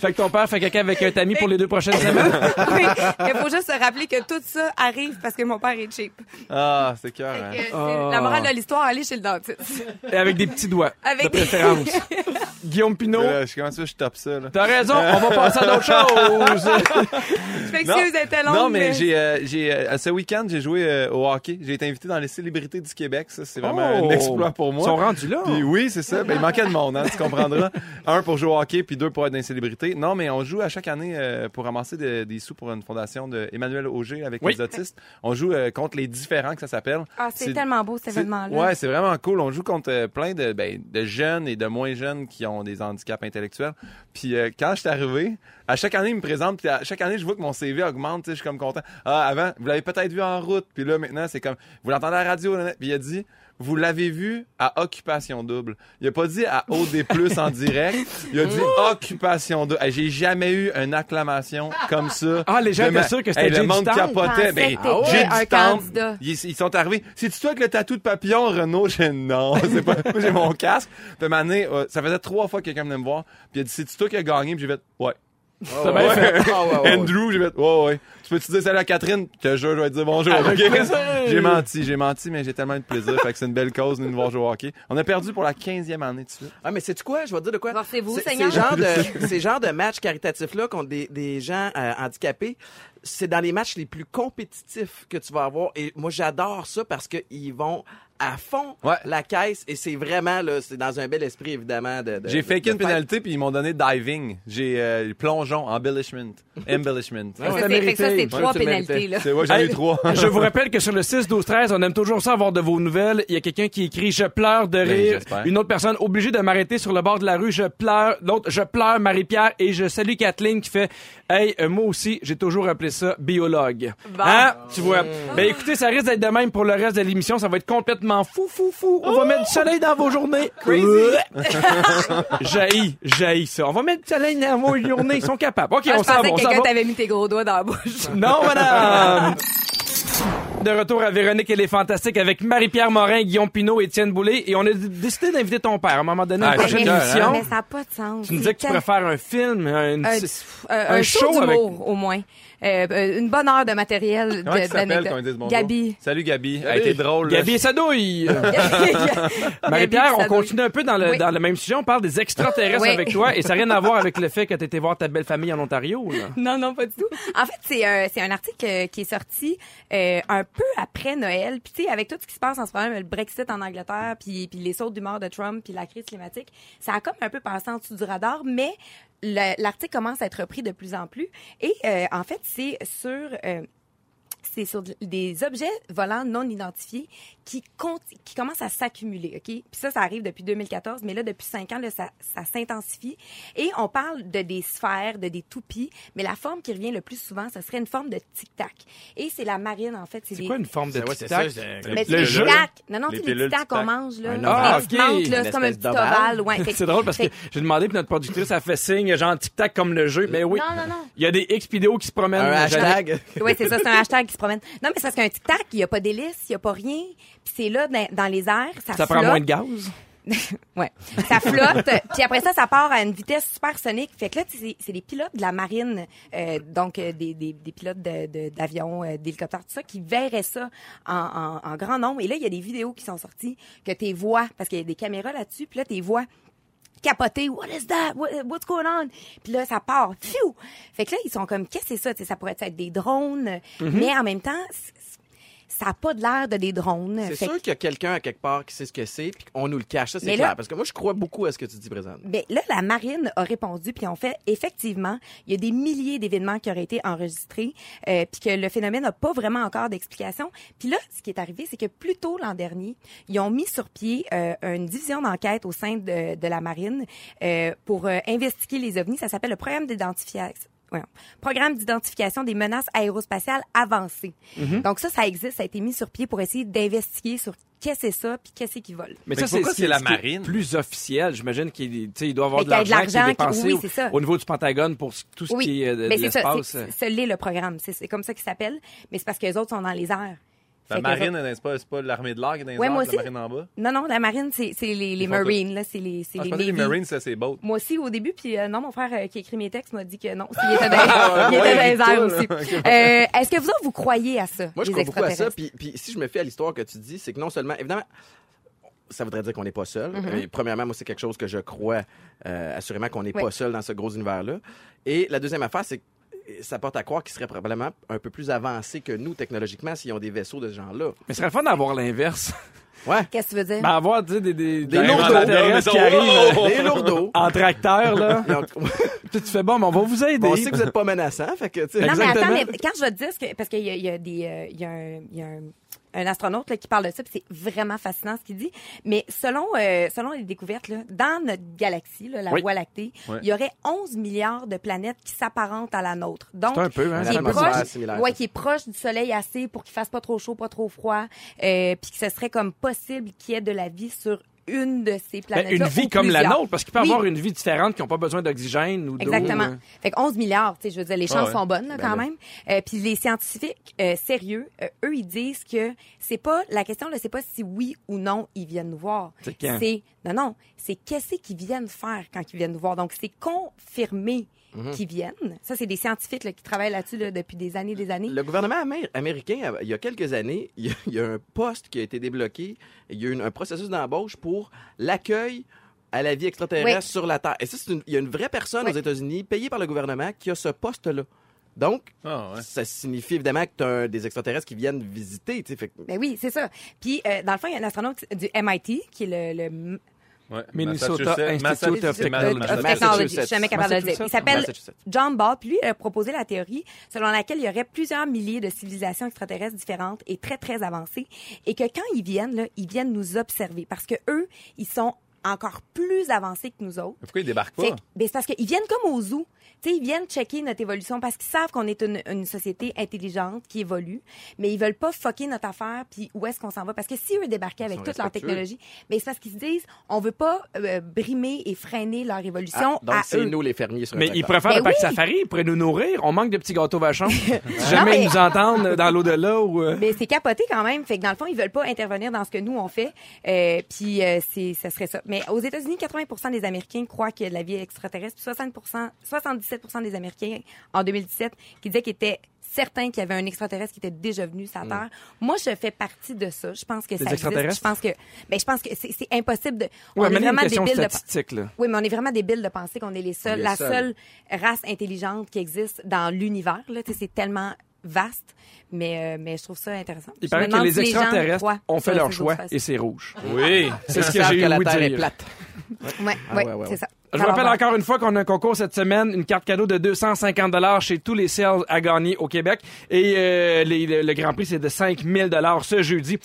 Fait que ton père fait caca avec un tamis pour les deux prochaines semaines?
Oui, Il faut juste se rappeler que tout ça arrive parce que mon père est cheap.
Ah, c'est cœur,
Fait
hein.
que c'est
Oh.
La morale de l'histoire, allez chez le dentiste.
Et avec des petits doigts.
Avec
de préférence. Guillaume Pinot.
Là, je- Comment tu veux que je tape ça, là?
T'as raison, on va passer à d'autres choses.
Je m'excuse, elle était longue.
Non, mais j'ai, euh, j'ai, euh, ce week-end, j'ai joué euh, au hockey. J'ai été invité dans les célébrités du Québec. Ça, c'est vraiment
Oh!
un exploit pour moi.
Ils sont rendus là.
Puis oui, c'est ça. Ben, il manquait de monde, hein, tu comprendras. un pour jouer au hockey, puis deux pour être dans les célébrités. Non, mais on joue à chaque année euh, pour ramasser de- des sous pour une fondation de Emmanuel Auger avec
Oui.
les autistes. On joue euh, contre les différents, que ça s'appelle.
Ah, c'est tellement beau, cet
c'est-
événement-là.
Ouais, c'est vraiment cool. On joue contre euh, plein de, ben, de jeunes et de moins jeunes qui ont des handicaps intellectuels. Puis euh, quand je suis arrivé, à chaque année, ils me présentent. Puis à chaque année, je vois que mon CV augmente. tu sais, Je suis comme content. Ah, avant, vous l'avez peut-être vu en route. Puis là, maintenant, c'est comme, vous l'entendez à la radio. nanana. Puis il a dit, vous l'avez vu à Occupation Double. Il a pas dit à OD+, en direct. Il a dit Occupation Double. Hey, J'ai jamais eu une acclamation comme ça.
Ah, les gens
De ma-
étaient sûrs que c'était
Hey, Le
Jay
monde
du Temple.
capotait.
Ils
Ben,
pensaient que
Jay
t'étais
du
un
Temple,
candidat.
ils, ils sont arrivés. C'est-tu toi avec le tatou de papillon, Renaud? J'ai dit, non, c'est pas. Moi, j'ai mon casque. Puis, mané, euh, ça faisait trois fois que quelqu'un venait me voir. Puis, il a dit, c'est-tu toi qui as gagné? Puis, j'ai fait, ouais.
T'as bien fait.
Ah, ouais, ouais, ouais.
Andrew, j'ai fait, ouais, ouais. Tu peux-tu dire salut à Catherine? Je te jure, je vais te dire bonjour.
Avec
ok?
plaisir.
J'ai menti, j'ai menti, mais j'ai tellement eu de plaisir. fait que c'est une belle cause, nous, nous voir jouer au hockey. On a perdu pour la 15e année de suite.
Ah, mais c'est quoi? Je vais te dire de quoi?
Forcez-vous,
C'est-
Seigneur.
Ces genres de, ces genres de matchs caritatifs-là contre des, des gens euh, handicapés, c'est dans les matchs les plus compétitifs que tu vas avoir. Et moi, j'adore ça parce qu'ils vont à fond
Ouais.
la caisse et c'est vraiment, là, c'est dans un bel esprit, évidemment. De, de-
J'ai
de-
faké
de
une
fête.
pénalité, puis ils m'ont donné diving. J'ai euh, plongeon, embellishment. Embellishment.
Ça,
Ouais.
c'est- fait que ça, c'est
mérité.
trois
tu le
pénalités, là.
C'est, ouais, j'en ai eu trois.
Je vous rappelle que sur le 6, 12, 13, on aime toujours ça avoir de vos nouvelles. Il y a quelqu'un qui écrit Je pleure de rire.
j'espère.
Une autre personne obligée de m'arrêter sur le bord de la rue. Je pleure. L'autre, je pleure Marie-Pierre et je salue Kathleen qui fait Hey, euh, moi aussi, j'ai toujours appelé ça biologue.
Bon.
Hein? Tu vois. Ben écoutez, ça risque d'être de même pour le reste de l'émission. Ça va être complètement fou, fou, fou. On va mettre du soleil dans vos journées. Crazy. jaillit, jaillit ça. On va mettre du soleil dans vos journées. Ils sont capables. OK,
Moi,
on
Ah, je
s'en va.
pensais
on
que
s'en
quelqu'un
va.
t'avait mis tes gros doigts dans la bouche.
Non, madame! De retour à Véronique et les Fantastiques avec Marie-Pierre Morin, Guillaume Pinot et Étienne Boulay. Et on a d- décidé d'inviter ton père à un moment donné, à
Ah,
la prochaine
c'est clair,
émission.
hein?
Mais ça n'a pas de sens.
Tu nous disais que tu préfères un film, une-
un, un- un
un
show
show
d'humour,
avec-
au moins. Euh, euh, une bonne heure de matériel.
Comment
de-
tu t'appelles
d'anecdotes.
quand ils disent bonjour?
Gabi.
Salut Gabi. Elle était drôle. là.
Gabi et sa douille!
Gabi,
Marie-Pierre,
ça
on
doit-
continue un peu dans le,
Oui.
dans le même sujet. On parle des extraterrestres
Oui.
avec toi et ça n'a rien à voir avec le fait que tu étais voir ta belle famille en Ontario. là.
Non, non, pas du tout. En fait, c'est un, c'est un article euh, qui est sorti euh, un peu après Noël. Puis, tu sais, avec tout ce qui se passe en ce moment, le Brexit en Angleterre, puis, puis les sautes d'humeur de Trump, puis la crise climatique, ça a comme un peu passé en dessous du radar, mais le- l'article commence à être repris de plus en plus. Et euh, en fait, c'est sur... euh, c'est sur de- des objets volants non identifiés qui, comptent, qui commencent à s'accumuler, OK? Puis ça, ça arrive depuis 2014, mais là, depuis cinq ans, là, ça, ça s'intensifie. Et on parle de des sphères, de des toupies, mais la forme qui revient le plus souvent, ce serait une forme de tic-tac. Et c'est la marine, en fait. C'est
C'est
des-
quoi une forme de
Ouais, c'est
tic-tac?
ça, c'est-
Mais c'est
Le
des
jeu,
tic-tac. Non, non,
Les
tu sais, les
pilules
tic-tac qu'on
tic-tac.
mange, là.
Un
ovale.
Ah, qui manquent, là,
Une
c'est comme un
espèce
petit
d'ovale.
ovale. Ouais. Fait-
C'est drôle parce que
fait-
j'ai demandé puis notre productrice a fait signe genre tic-tac comme le jeu. Mais oui,
Non, non, non.
il y a des X vidéos qui se promènent.
Un hashtag.
Oui, c'est ça, c'est un hashtag qui se promène. Non, mais c'est parce qu'un tic-tac, il n'y a pas d'hélice, il n'y a pas rien. Puis c'est là, ben, dans, dans les airs, ça,
Ça prend
flotte.
moins de gaz.
ouais. Ça flotte, puis après ça, ça part à une vitesse supersonique. Fait que là, tu sais, c'est c'est des pilotes de la marine, euh, donc euh, des, des, des pilotes de- de- d'avions, de, d'hélicoptères, tout ça, qui verraient ça en, en- en grand nombre. Et là, il y a des vidéos qui sont sorties que tu vois, parce qu'il y a des caméras là-dessus, puis là, tu vois capoter what is that What- what's going on puis là ça part Pfiou! fait que là ils sont comme qu'est-ce que c'est ça Tu sais, ça pourrait être des drones
Mm-hmm.
mais en même temps c- c- ça a pas de l'air de des drones
C'est
Fait
sûr qu'il y a quelqu'un à quelque part qui sait ce que c'est, puis qu'on nous le cache. Ça, c'est
Mais là-
clair. Parce que moi, je crois beaucoup à ce que tu dis présentement.
Ben, là, la marine a répondu, puis on fait effectivement, il y a des milliers d'événements qui auraient été enregistrés, euh, puis que le phénomène n'a pas vraiment encore d'explication. Puis là, ce qui est arrivé, c'est que plus tôt l'an dernier, ils ont mis sur pied euh, une division d'enquête au sein de, de la marine euh, pour euh, investiguer les ovnis. Ça s'appelle le programme d'identification. voyons, Programme d'identification des menaces aérospatiales avancées. Donc ça, ça existe, ça a été mis sur pied pour essayer d'investiguer sur qu'est-ce que c'est ça, puis qu'est-ce qui vole.
Mais,
Mais
ça, c'est
pourquoi
ce qui-
c'est la
ce qui est
marine?
Plus officiel, j'imagine qu'il tu sais, il doit avoir
Mais
de
qu'il y a de
l'argent qui est
l'argent qui-
dépensé
oui,
au-
c'est ça.
au niveau du Pentagone pour ce- tout ce qui est euh, de,
mais
de
c'est ça,
l'espace.
c'est- c'est l'est le programme. C'est c'est comme ça qu'il s'appelle. Mais c'est parce que les autres sont dans les airs.
La
Fait que
marine,
les autres-
n'est-ce pas, c'est pas l'armée de l'air qui est dans les
Ouais,
airs,
moi
puis la
aussi.
marine en bas.
Non, non, la marine, c'est c'est les, les
Ils font tout.
Marines, là, c'est les, c'est
Ah, je
les,
pensais que les
Navy.
marines, ça, c'est beau.
Moi aussi, au début, puis euh, non, mon frère euh, qui écrit mes textes m'a dit que non, il était
Ah,
dans, il était dans les airs aussi. Euh, Est-ce que vous autres, vous croyez à ça,
Moi, je
les
crois beaucoup à ça.
extraterrestres?
Puis, puis si je me fie à l'histoire que tu dis, c'est que non seulement, évidemment, ça voudrait dire qu'on n'est pas seul.
Mm-hmm.
Euh, premièrement, moi, c'est quelque chose que je crois euh, assurément qu'on n'est
Oui.
pas seul dans ce gros univers-là. Et la deuxième affaire, c'est que ça porte à croire qu'ils seraient probablement un peu plus avancés que nous technologiquement s'ils ont des vaisseaux de ce genre-là.
Mais ce serait le fun d'avoir l'inverse.
Ouais.
Qu'est-ce que tu veux dire?
Ben, avoir, tu sais, des, des,
Des lourdeaux.
extraterrestres qui arrivent euh,
Les lourdeaux.
Ah.
en tracteur, là.
Donc,
Tu fais bon, mais on va vous aider.
on sait que vous n'êtes pas menaçant, fait que, tu sais,
non, mais attends,
exactement.
mais quand je vais te dire, ce que, parce qu'il y a, il y a des, euh, il y a un, il y a un, un astronaute là, qui parle de ça, puis c'est vraiment fascinant ce qu'il dit. Mais selon euh, selon les découvertes, là, dans notre galaxie, là, la
Oui.
Voie lactée,
Ouais.
il y aurait 11 milliards de planètes qui s'apparentent à la nôtre. Donc,
C'est un peu, hein,
qui,
la
est
même affaire,
proche,
similaire,
ouais,
ça.
qui est proche du Soleil assez pour qu'il fasse pas trop chaud, pas trop froid, euh, puis que ce serait comme possible qu'il y ait de la vie sur une de ces
Ben,
planètes
une vie comme la nôtre, parce qu'il peut
Oui.
avoir une vie différente qui n'ont pas besoin d'oxygène ou d'eau.
Exactement.
hein.
Fait que 11 milliards, tu sais, je veux dire, les chances
ouais.
sont bonnes là, quand même. Euh, Puis les scientifiques euh, sérieux, euh, eux, ils disent que c'est pas la question, là, c'est pas si oui ou non ils viennent nous voir.
C'est quand?
non, non, c'est qu'est-ce qu'ils viennent faire quand ils viennent nous voir. Donc c'est confirmé qu'ils viennent. Ça, c'est des scientifiques là, qui travaillent là-dessus là, depuis des années, des années.
Le gouvernement amé- américain, euh, il y a quelques années, il y a, il y a un poste qui a été débloqué. Il y a eu une- un processus d'embauche pour l'accueil à la vie extraterrestre
Oui.
sur la Terre. Et ça, c'est une- il y a une vraie personne
Oui.
aux États-Unis, payée par le gouvernement, qui a ce poste-là. Donc,
Ah, ouais.
ça signifie évidemment que tu as des extraterrestres qui viennent visiter. tu sais, fait que-
Ben oui, c'est ça. Puis euh, dans le fond, il y a un astronaute du MIT qui est le- le
Ouais.
Minnesota
Massachusetts-
Institute of
Massachusetts-
Technology.
Euh, of
Massachusetts.
Technology. Je suis jamais capable de le dire. Il
Massachusetts.
s'appelle
Massachusetts.
John Ball. Puis lui, il a proposé la théorie selon laquelle il y aurait plusieurs milliers de civilisations extraterrestres différentes et très, très avancées. Et que quand ils viennent, là, ils viennent nous observer. Parce que eux, ils sont encore plus avancés que nous autres.
Mais Pourquoi ils débarquent
Fait
pas?
que- ben, c'est parce qu'ils viennent comme au zoo. Tu sais, ils viennent checker notre évolution parce qu'ils savent qu'on est une, une société intelligente qui évolue, mais ils veulent pas fucker notre affaire puis où est-ce qu'on s'en va. Parce que si eux débarquaient avec
sont
toute leur
respectueux.
technologie, ben, c'est parce qu'ils se disent, on veut pas euh, brimer et freiner leur évolution
Ah, donc,
à
c'est
eux.
nous les fermiers sur un
Mais ils
tracteur.
préfèrent
Ben
le pack
oui.
safari, ils pourraient nous nourrir. On manque de petits gâteaux vachons. si jamais ils
mais-
nous entendent dans l'au-delà ou... euh,
Mais c'est capoté quand même. Fait que dans le fond, ils veulent pas intervenir dans ce que nous on fait. Euh, puis euh, c'est, ça serait ça. Mais aux États-Unis, 80% des Américains croient qu'il y a de la vie extraterrestre. Puis 60%, 77% des Américains en 2017 qui disaient qu'ils étaient certains qu'il y avait un extraterrestre qui était déjà venu sur la Terre. Moi, je fais partie de ça. Je pense que ça existe.
Mm. extraterrestres?
Je pense que, ben, je pense que c'est, c'est impossible de.
Ouais,
on est
mais une
vraiment
question
débile de. pa-
statistique, là.
Oui, mais on est vraiment débile de penser qu'on est les seuls,
les
la
seuls.
seule race intelligente qui existe dans l'univers. Là, Tu sais, c'est tellement vaste, mais euh, mais je trouve ça intéressant.
Il
Je
paraît
me
que
demande
les
si gens
extraterrestres
croient
ont fait
sur
leur
ces
choix
autres
et c'est rouge.
Oui.
Ah.
C'est ce
Ils
que
savent
j'ai eu
la
le goût de
Terre est
dire.
plate.
faces. Ouais,
Ah,
ouais,
ouais, ouais,
c'est
ouais.
ça.
Je vous
Alors,
rappelle
voilà.
encore une fois qu'on a un concours cette semaine, une carte cadeau de 250 dollars chez tous les sales à gagner au Québec et euh, les- le, le grand prix c'est de 5000 dollars ce jeudi.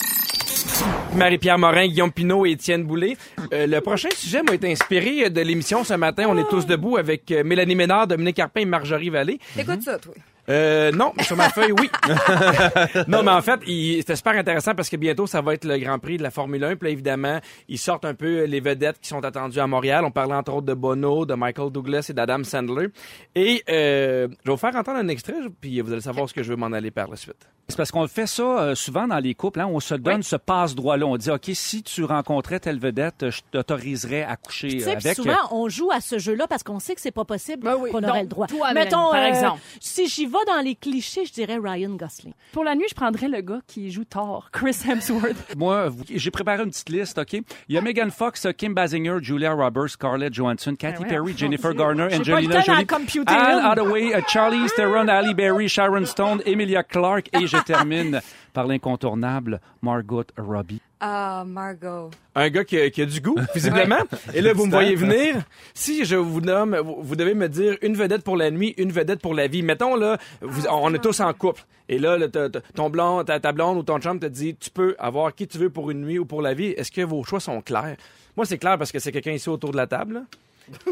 Marie-Pierre Morin, Guillaume Pinault et Étienne Boulay. Euh, le prochain sujet m'a été inspiré euh, de l'émission ce matin. On est tous debout avec euh, Mélanie Ménard, Dominique Carpin et Marjorie Vallée.
T'écoutes ça, toi.
Euh, non, mais sur ma feuille, oui. non, mais en fait, il- c'était super intéressant parce que bientôt, ça va être le Grand Prix de la Formule 1. Puis là, évidemment, ils sortent un peu les vedettes qui sont attendues à Montréal. On parlait entre autres de Bono, de Michael Douglas et d'Adam Sandler. Et euh, je vais vous faire entendre un extrait, puis vous allez savoir ce que je veux m'en aller par la suite.
C'est parce qu'on fait ça euh, souvent dans les couples. Hein, on se donne ce passe-droit-là. On dit, OK, si tu rencontrais telle vedette, euh, je t'autoriserais à coucher
Tu
euh,
sais, puis
avec.
souvent, on joue à ce jeu-là parce qu'on sait que c'est pas possible
Ben oui.
qu'on
Donc,
aurait le droit.
toi-même,
Mettons,
par
euh,
exemple.
si j'y vais dans les clichés, je dirais Ryan Gosling.
Pour la nuit, je prendrais le gars qui joue Thor, Chris Hemsworth.
Moi, vous- j'ai préparé une petite liste, OK? Il y a Megan Fox, Kim Basinger, Julia Roberts, Scarlett Johansson, Katy
Ben ouais,
Perry,
mon
Jennifer
Dieu.
Garner,
J'ai pas
Angelina
le temps d'en
Jolie,
computer
Anne
une.
Hathaway, euh, Charlize Theron, Halle Berry, Sharon Stone, Emilia Clarke et je termine par l'incontournable Margot Robbie.
Ah, Margot.
Un gars qui a, qui a du goût, visiblement. Et là, vous me voyez venir. Si je vous nomme, vous vous devez me dire une vedette pour la nuit, une vedette pour la vie. Mettons, là, vous-
Ah.
on est tous en couple. Et là, là, t'as- t'as- ton blond, ta, ta blonde ou ton chum te dit, tu peux avoir qui tu veux pour une nuit ou pour la vie. Est-ce que vos choix sont clairs? Moi, c'est clair parce que c'est quelqu'un ici autour de la table. là.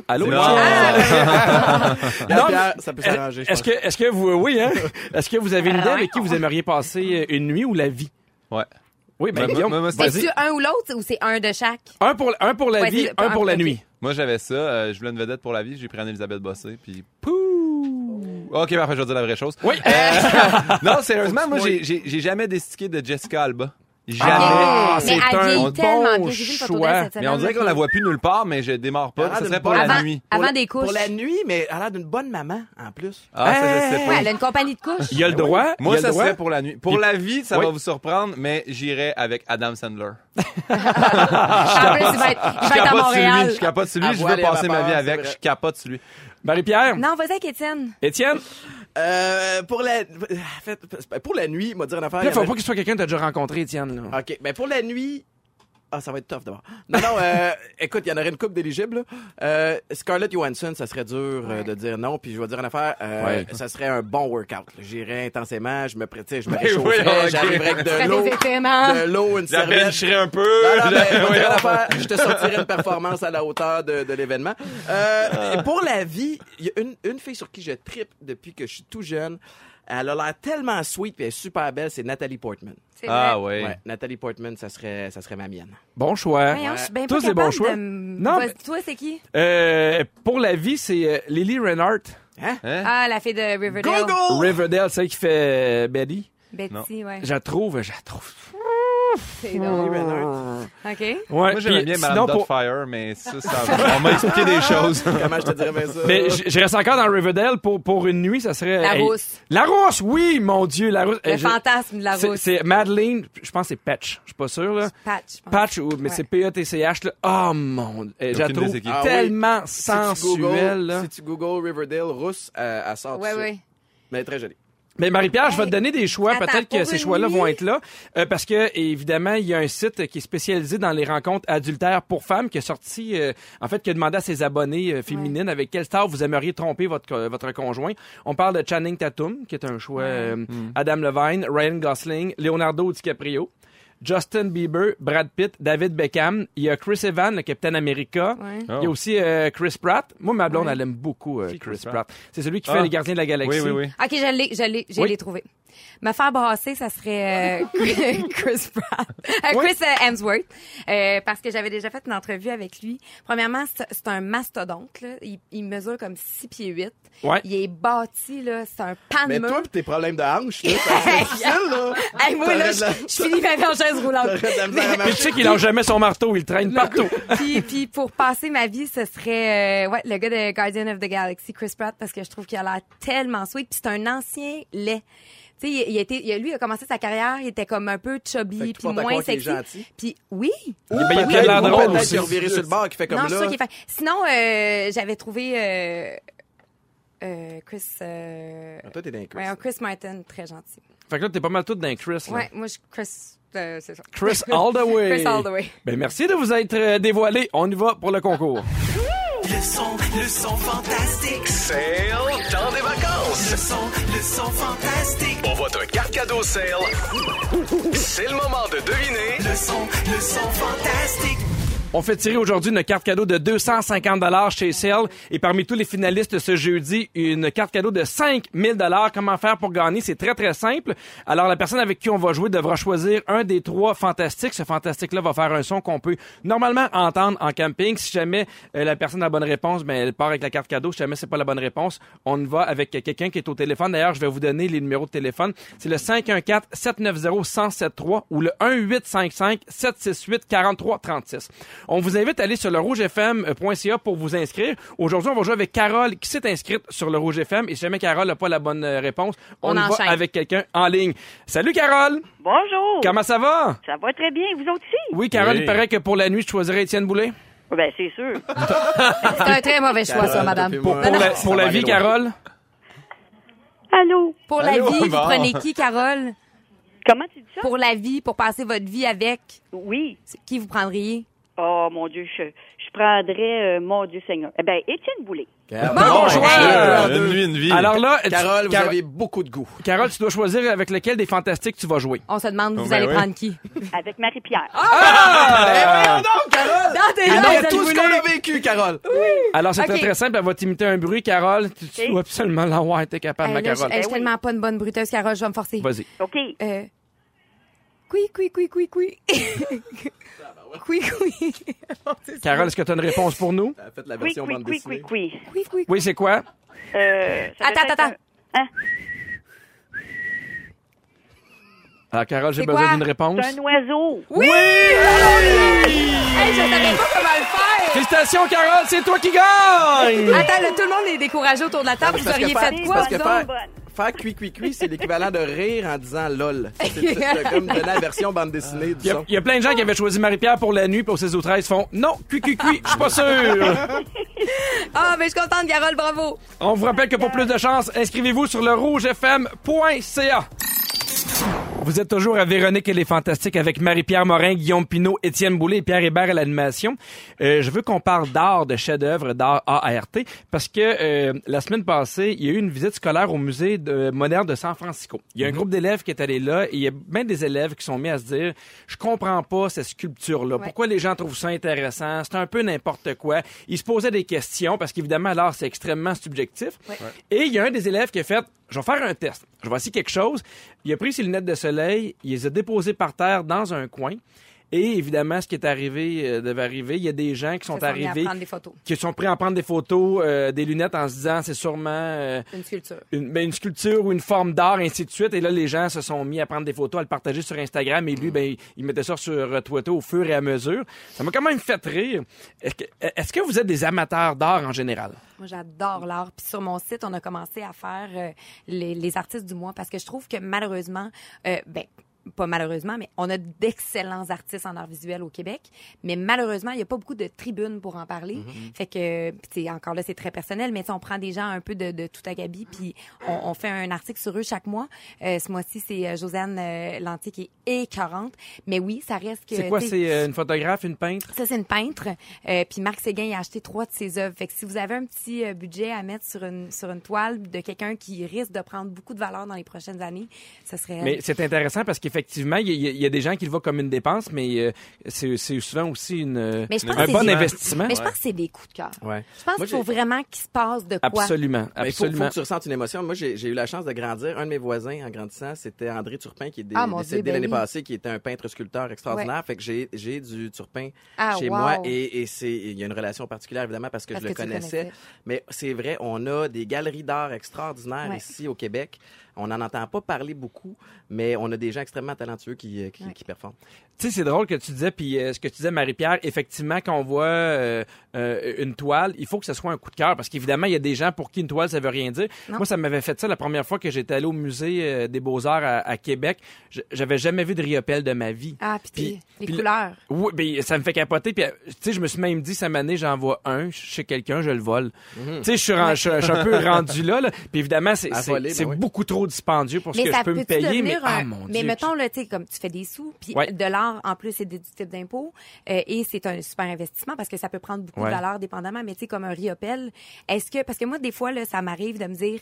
Allô?
Non.
Ah,
La
Non,
bière,
mais-
ça peut s'arranger, je
Est-ce que, est-ce que vous, oui, hein? Est-ce que vous avez
Ah,
une idée avec qui vous aimeriez passer euh, une nuit ou la vie?
Ouais.
Oui, ben,
Moi,
Guillaume,
moi, moi, c'est-
vas-y.
C'est-tu un ou l'autre ou c'est un de chaque?
Un pour, un pour la
Ouais,
vie,
c'est le-
un pour la
ok.
nuit.
Moi, j'avais ça. euh, je voulais une vedette pour la vie. J'ai pris Anne-Elisabeth Bossé, puis... Pouh! OK, parfait, je vais dire la vraie chose. Euh,
Oui.
non, sérieusement, moi, j'ai- j'ai j'ai jamais déstiqué de Jessica Alba. Jamais.
Ah,
mais
c'est
elle
un
vieillit
bon
tellement bien. J'ai vu une photo
choix.
d'elle cette
Mais
semaine.
on dirait qu'on la voit plus nulle part, mais je démarre pas.
Ah,
Arrête
Ça
de
serait
me
pour
parler.
la
avant,
nuit.
Pour
avant
la-
des couches.
Pour la nuit, mais elle a l'air d'une bonne maman, en plus.
Ah, ça, je sais
Ouais,
pas.
elle a une compagnie de couches.
Il y a le droit. il
Ben Moi,
y a
ça
le droit.
serait pour la nuit. Pour
Puis-
la vie, ça
Oui.
va vous surprendre, mais j'irai avec Adam Sandler.
En plus, il va être, il
Je
va être à
capote sur
Montréal.
lui. Je capote sur lui.
Ah,
Je veux
voilà,
passer ma
papa,
vie
c'est
avec.
vrai.
Je capote sur lui.
Marie-Pierre,
Non, vas-y avec Étienne.
Étienne,
Euh, pour la... en fait, Pour la nuit, il m'a dit une affaire.
il
il y
faut
avait-
pas qu'il soit quelqu'un que t'as déjà rencontré, Étienne. là.
Ah.
OK. Ben pour la nuit. Ah, ça va être tough d'abord. Non, non, euh, écoute, il y en aurait une coupe d'éligibles. là. Euh, Scarlett Johansson, ça serait dur euh, de dire non. Puis je vais dire une affaire, euh, ça serait un bon workout. là. J'irais intensément, je me pré- tu sais, je me réchaufferais,
Ben oui, ok.
j'arriverais avec
Fais
de l'eau,
des étirements.
Ah,
de l'eau, une serviette.
J'appellerai un peu.
Non, non, mais je vais
Oui,
dire une
on-
affaire, je te sortirai une performance à la hauteur de, de l'événement. Euh, et pour la vie, il y a une, une fille sur qui je tripe depuis que je suis tout jeune. Elle a l'air tellement sweet puis elle est super belle, c'est Nathalie Portman.
C'est
Ah
vrai.
ouais.
Ouais, Nathalie Portman, ça serait, ça serait ma mienne.
Bon choix.
Voyons, je suis bien
Tous
pas
des bons
capable
choix.
de m-
Non,
Vas-
mais-
Toi, c'est qui?
Euh, pour la vie, c'est euh, Lily Reinhardt,
Hein?
Ah, la fille de Riverdale.
Riverdale, celle qui fait euh, Betty.
Betty, Oh! ouais.
Je la trouve, je la trouve.
C'est drôle.
Ben
OK.
Ouais,
Moi, j'aimais
puis
bien Madame
sinon, pour-
Dotfire, mais ça, ça on m'a expliqué des choses.
Comment je te dirais bien ça?
Mais je je reste encore dans Riverdale pour, pour une nuit, ça serait.
La
Hey,
rousse.
La rousse, oui, mon Dieu, la rousse.
Le
Eh, je-
fantasme de la
c'est-
rousse.
C'est Madeleine, je pense que c'est Patch, je suis pas sûr, là.
Patch. je pense.
Patch, ou- mais c'est E P-E-T-C-H, là. Oh mon Dieu. Eh, Je la
Aucune idée
trouve
c'est qui.
Ah oui.
tellement
Si tu Googles-
sensuelle, là.
Si tu Google Riverdale rousse, euh, elle sort tout
Ouais,
de
ouais.
suite. Mais elle est très jolie.
Mais Marie-Pierre, je vais te
Hey.
donner des choix.
Attends,
Peut-être que
pour
ces
une
choix-là vont
nuit.
être là. euh, parce que, évidemment, il y a un site qui est spécialisé dans les rencontres adultères pour femmes qui a sorti, euh, en fait, qui a demandé à ses abonnés euh, féminines avec quelle star vous aimeriez tromper votre, co- votre conjoint. On parle de Channing Tatum, qui est un choix, euh,
Mm.
Adam Levine, Ryan Gosling, Leonardo DiCaprio. Justin Bieber, Brad Pitt, David Beckham. Il y a Chris Evans, le Capitaine America.
Ouais.
Il y a aussi euh, Chris Pratt. Moi, ma blonde, elle aime beaucoup euh,
Qui, Chris
Chris
Pratt?
Pratt. C'est celui qui
Ah.
fait Les Gardiens de la
Oui,
Galaxie.
oui, oui.
OK, je l'ai, je l'ai, je
Oui.
l'ai trouvé. Me faire brasser, ça serait euh, Chris Pratt. Euh, Chris euh, Hemsworth. Euh, parce que j'avais déjà fait une entrevue avec lui. Premièrement, c'est c'est un mastodonte. là. Il, il mesure comme 6 pieds 8.
Ouais.
Il est bâti, là. C'est un pan
Mais
de
toi
mur.
pis tes problèmes de hanche, là, ça serait difficile, là.
Hey, moi, là,
T'aurais
je,
de la-
je finis ma vie en chaise roulante.
T'aurais de la misère à
Puis
marcher.
tu sais qu'il lance jamais son marteau, il traîne partout.
puis, puis pour passer ma vie, ce serait euh, ouais, le gars de Guardian of the Galaxy, Chris Pratt, parce que je trouve qu'il a l'air tellement sweet. Puis c'est un ancien lait. Tu sais, il, il a été- il a- lui, il a commencé sa carrière, il était comme un peu
Fait
chubby,
que tu
puis
portes à
moins
croire qu'il est
sexy.
gentil.
Puis oui.
Ben, il a
Ou
peut-être l'air
peut-être-
drôle
ou peut-être
aussi.
qu'il a reviré sur le bord, qui fait comme
non, je suis
là.
sûre qu'il est fin. Sinon, euh, j'avais trouvé euh, euh, Chris. euh,
Ah, Toi, t'es d'un Chris.
ouais, un Chris Martin, très gentil.
Fait que là, t'es pas mal tout d'un Chris. là.
Ouais, moi, je Chris. euh, c'est ça.
Chris all the way.
Chris all the way.
Ben, merci de vous être euh, dévoilé. On y va pour le concours.
Le son, le son fantastique. C'est le temps des vacances. Le son, le son fantastique. On voit un carte cadeau sale. C'est le moment de deviner. Le son, le son fantastique.
On fait tirer aujourd'hui une carte cadeau de 250 dollars chez Cell et parmi tous les finalistes ce jeudi, une carte cadeau de 5000 dollars. Comment faire pour gagner C'est très très simple. Alors la personne avec qui on va jouer devra choisir un des trois fantastiques. Ce fantastique là va faire un son qu'on peut normalement entendre en camping. Si jamais euh, la personne a la bonne réponse, ben elle part avec la carte cadeau. Si jamais c'est pas la bonne réponse, on y va avec euh, quelqu'un qui est au téléphone. D'ailleurs, je vais vous donner les numéros de téléphone. C'est le 514 790 1073 ou le 1855 768 4336. On vous invite à aller sur le rougefm.ca pour vous inscrire. Aujourd'hui, on va jouer avec Carole qui s'est inscrite sur le Rouge FM et si jamais Carole n'a pas la bonne euh, réponse, on, y
On enchaîne.
va avec quelqu'un en ligne. Salut Carole!
Bonjour.
Comment ça va?
Ça va très bien. Vous autres aussi?
Oui, Carole,
Oui.
il paraît que pour la nuit, je choisirais Étienne Boulay.
Ben, c'est sûr.
C'est un très mauvais choix, ça, madame.
Ben
Pour, pour
Non, non,
la, pour la vie, Carole?
Allô?
Pour la
Allô,
vie, vous
bon.
prenez qui, Carole?
Comment tu dis ça?
Pour la vie, pour passer votre vie avec,
Oui.
c'est- qui vous prendriez?
Oh, mon Dieu, je, je prendrais, euh, mon Dieu Seigneur. Eh ben, Étienne Boulay.
Bon choix!
Ah,
Euh, Une nuit, une vie.
Alors là, tu-
Ah, Carole, vous
Caro-
avez beaucoup de goût.
Carole, tu dois choisir avec lequel des fantastiques tu vas jouer.
On se demande, vous
ben
allez
oui.
prendre qui?
Avec Marie-Pierre.
Ah non, Carole!
Ah, t'es là,
Après
Étienne
tout ce
Boulay.
qu'on a vécu, Carole!
Alors, c'est
Ok.
très, très simple. Elle va t'imiter un bruit, Carole. Tu, tu
Ok.
dois absolument l'avoir été capable,
Hey,
ma
Ben là, je-
Carole.
hey, je suis tellement pas une bonne bruteuse, Carole, je vais me forcer.
Vas-y.
OK.
Euh, Coui, coui, coui, coui, coui. Coui, coui.
Carole, est-ce que tu as une réponse pour nous?
Elle a fait la
Oui,
version
oui,
bande
oui, oui,
dessinée.
oui.
Coui, coui, coui.
Oui, c'est quoi?
Euh, ça
Attends,
doit être
attends,
un- hein?
Alors, Ah, Carole, j'ai
C'est
besoin
quoi?
d'une réponse.
C'est un oiseau.
Oui! Hey, je savais pas comment le faire!
Félicitations, Carole, c'est toi qui gagne!
Attends, là, tout le monde est découragé autour de la table. Vous
parce que
auriez
faire-
fait
c'est
quoi,
parce que
vous
faire-
autres?
Faire cui-cui-cui, c'est l'équivalent de rire en disant lol. C'est- C'est c'est comme donner la version bande dessinée
Il
du
y, a,
son.
il y a plein de gens qui avaient choisi Marie-Pierre pour la nuit, puis au 16 ou 13 font Non, cui, cui, cui, je suis pas sûr.
Ah, mais je suis contente, Carole, bravo!
On vous rappelle que pour plus de chance, inscrivez-vous sur le rougefm.ca. Vous êtes toujours à Véronique et les Fantastiques avec Marie-Pierre Morin, Guillaume Pinault, Étienne Boulay et Pierre Hébert à l'animation. Euh, je veux qu'on parle d'art, de chef-d'œuvre, d'art ART, parce que euh, la semaine passée, il y a eu une visite scolaire au musée de, moderne de San Francisco. Il y a un groupe d'élèves qui est allé là et il y a bien des élèves qui sont mis à se dire « Je comprends pas cette sculpture-là.
Ouais.
Pourquoi les gens trouvent ça intéressant? C'est un peu n'importe quoi. » Ils se posaient des questions parce qu'évidemment, l'art, c'est extrêmement subjectif. Et il y a un des élèves qui a fait Je vais faire un test. Je vais essayer quelque chose. Il a pris ses lunettes de soleil, il les a déposées par terre dans un coin. Et évidemment, ce qui est arrivé euh, devait arriver. Il y a des gens qui sont
Ils se sont mis à
arrivés,
prendre des photos.
qui sont pris à prendre des photos, euh, des lunettes en se disant c'est sûrement euh,
Une sculpture.
une, ben, une sculpture ou une forme d'art, ainsi de suite. Et là, les gens se sont mis à prendre des photos, à le partager sur Instagram. Et
Mm.
lui, ben, il- il mettait ça sur euh, Twitter au fur et à mesure. Ça m'a quand même fait rire. Est-ce que, est-ce que vous êtes des amateurs d'art en général?
Moi, j'adore l'art. Puis sur mon site, on a commencé à faire euh, les, les artistes du mois parce que je trouve que malheureusement, euh, ben pas malheureusement, mais on a d'excellents artistes en art visuel au Québec, mais malheureusement, il n'y a pas beaucoup de tribunes pour en parler.
Mm-hmm.
Fait que, puis tu sais, encore là, c'est très personnel, mais tu sais, on prend des gens un peu de, de tout acabit, puis on, on fait un article sur eux chaque mois. Euh, ce mois-ci, c'est euh, Josiane euh, Lantier qui est écœurante, mais oui, ça reste que...
C'est quoi?
tu sais,
C'est euh, une photographe, une peintre?
ça, c'est une peintre. Euh, puis Marc Séguin, il a acheté trois de ses œuvres. Fait que si vous avez un petit euh, budget à mettre sur une, sur une toile de quelqu'un qui risque de prendre beaucoup de valeur dans les prochaines années, ce serait...
Mais c'est intéressant parce qu'effectivement, il y, a- il y a des gens qui le voient comme une dépense, mais euh, c'est c'est souvent aussi une, euh,
Mais je pense
un
que
bon
c'est-
investissement.
Mais je pense que c'est des coups de cœur.
Ouais.
Je pense
Moi,
qu'il faut
j'ai-
vraiment qu'il se passe de quoi.
Absolument,
Mais il faut, faut
absolument.
que tu ressentes une émotion. Moi, j'ai j'ai eu la chance de grandir. Un de mes voisins, en grandissant, c'était André Turpin, qui est dé-
Ah, mon
décédé
Dieu, ben
l'année
oui.
passée, qui était un peintre-sculpteur extraordinaire. Fait que j'ai j'ai du Turpin
Ah,
chez
wow.
moi. Et, et c'est il y a une relation particulière, évidemment, parce que
Parce
je le
que tu le
connaissais.
connaissais.
Mais c'est vrai, on a des galeries d'art extraordinaires
Ouais.
ici au Québec. On n'en entend pas parler beaucoup, mais on a des gens extrêmement talentueux qui, qui,
Ouais.
qui performent.
Tu sais, c'est drôle que tu disais, puis euh, ce que tu disais, Marie-Pierre, effectivement, quand on voit euh, euh, une toile, il faut que ce soit un coup de cœur, parce qu'évidemment, il y a des gens pour qui une toile, ça veut rien dire.
Non.
Moi, ça m'avait fait ça la première fois que j'étais allé au musée euh, des beaux-arts à, à Québec. Je- J'avais jamais vu de Riopelle de ma vie.
Ah, puis,
Puis-
les
puis le-
couleurs.
Oui, ben, ça me fait capoter. Puis, euh, tu sais, je me suis même dit, cette année, j'envoie un chez quelqu'un, je le vole. Tu sais, je suis ren- je- je suis un peu rendu là. là. Puis, évidemment, c'est
Mhm. À
c'est-
voler, ben
c'est
oui.
beaucoup trop dispendieux pour ce que
ça
je peux me
peut-tu
payer. Mais,
devenir
ah,
un-
mon
mais
Dieu.
mettons, là, tu sais, comme tu fais des sous, puis
Ouais.
de l'art, en plus, c'est déductible d'impôts, euh, et c'est un super investissement parce que ça peut prendre beaucoup
Ouais.
de valeur dépendamment, mais tu sais, comme un Riopel, est-ce que, parce que moi, des fois, là, ça m'arrive de me dire,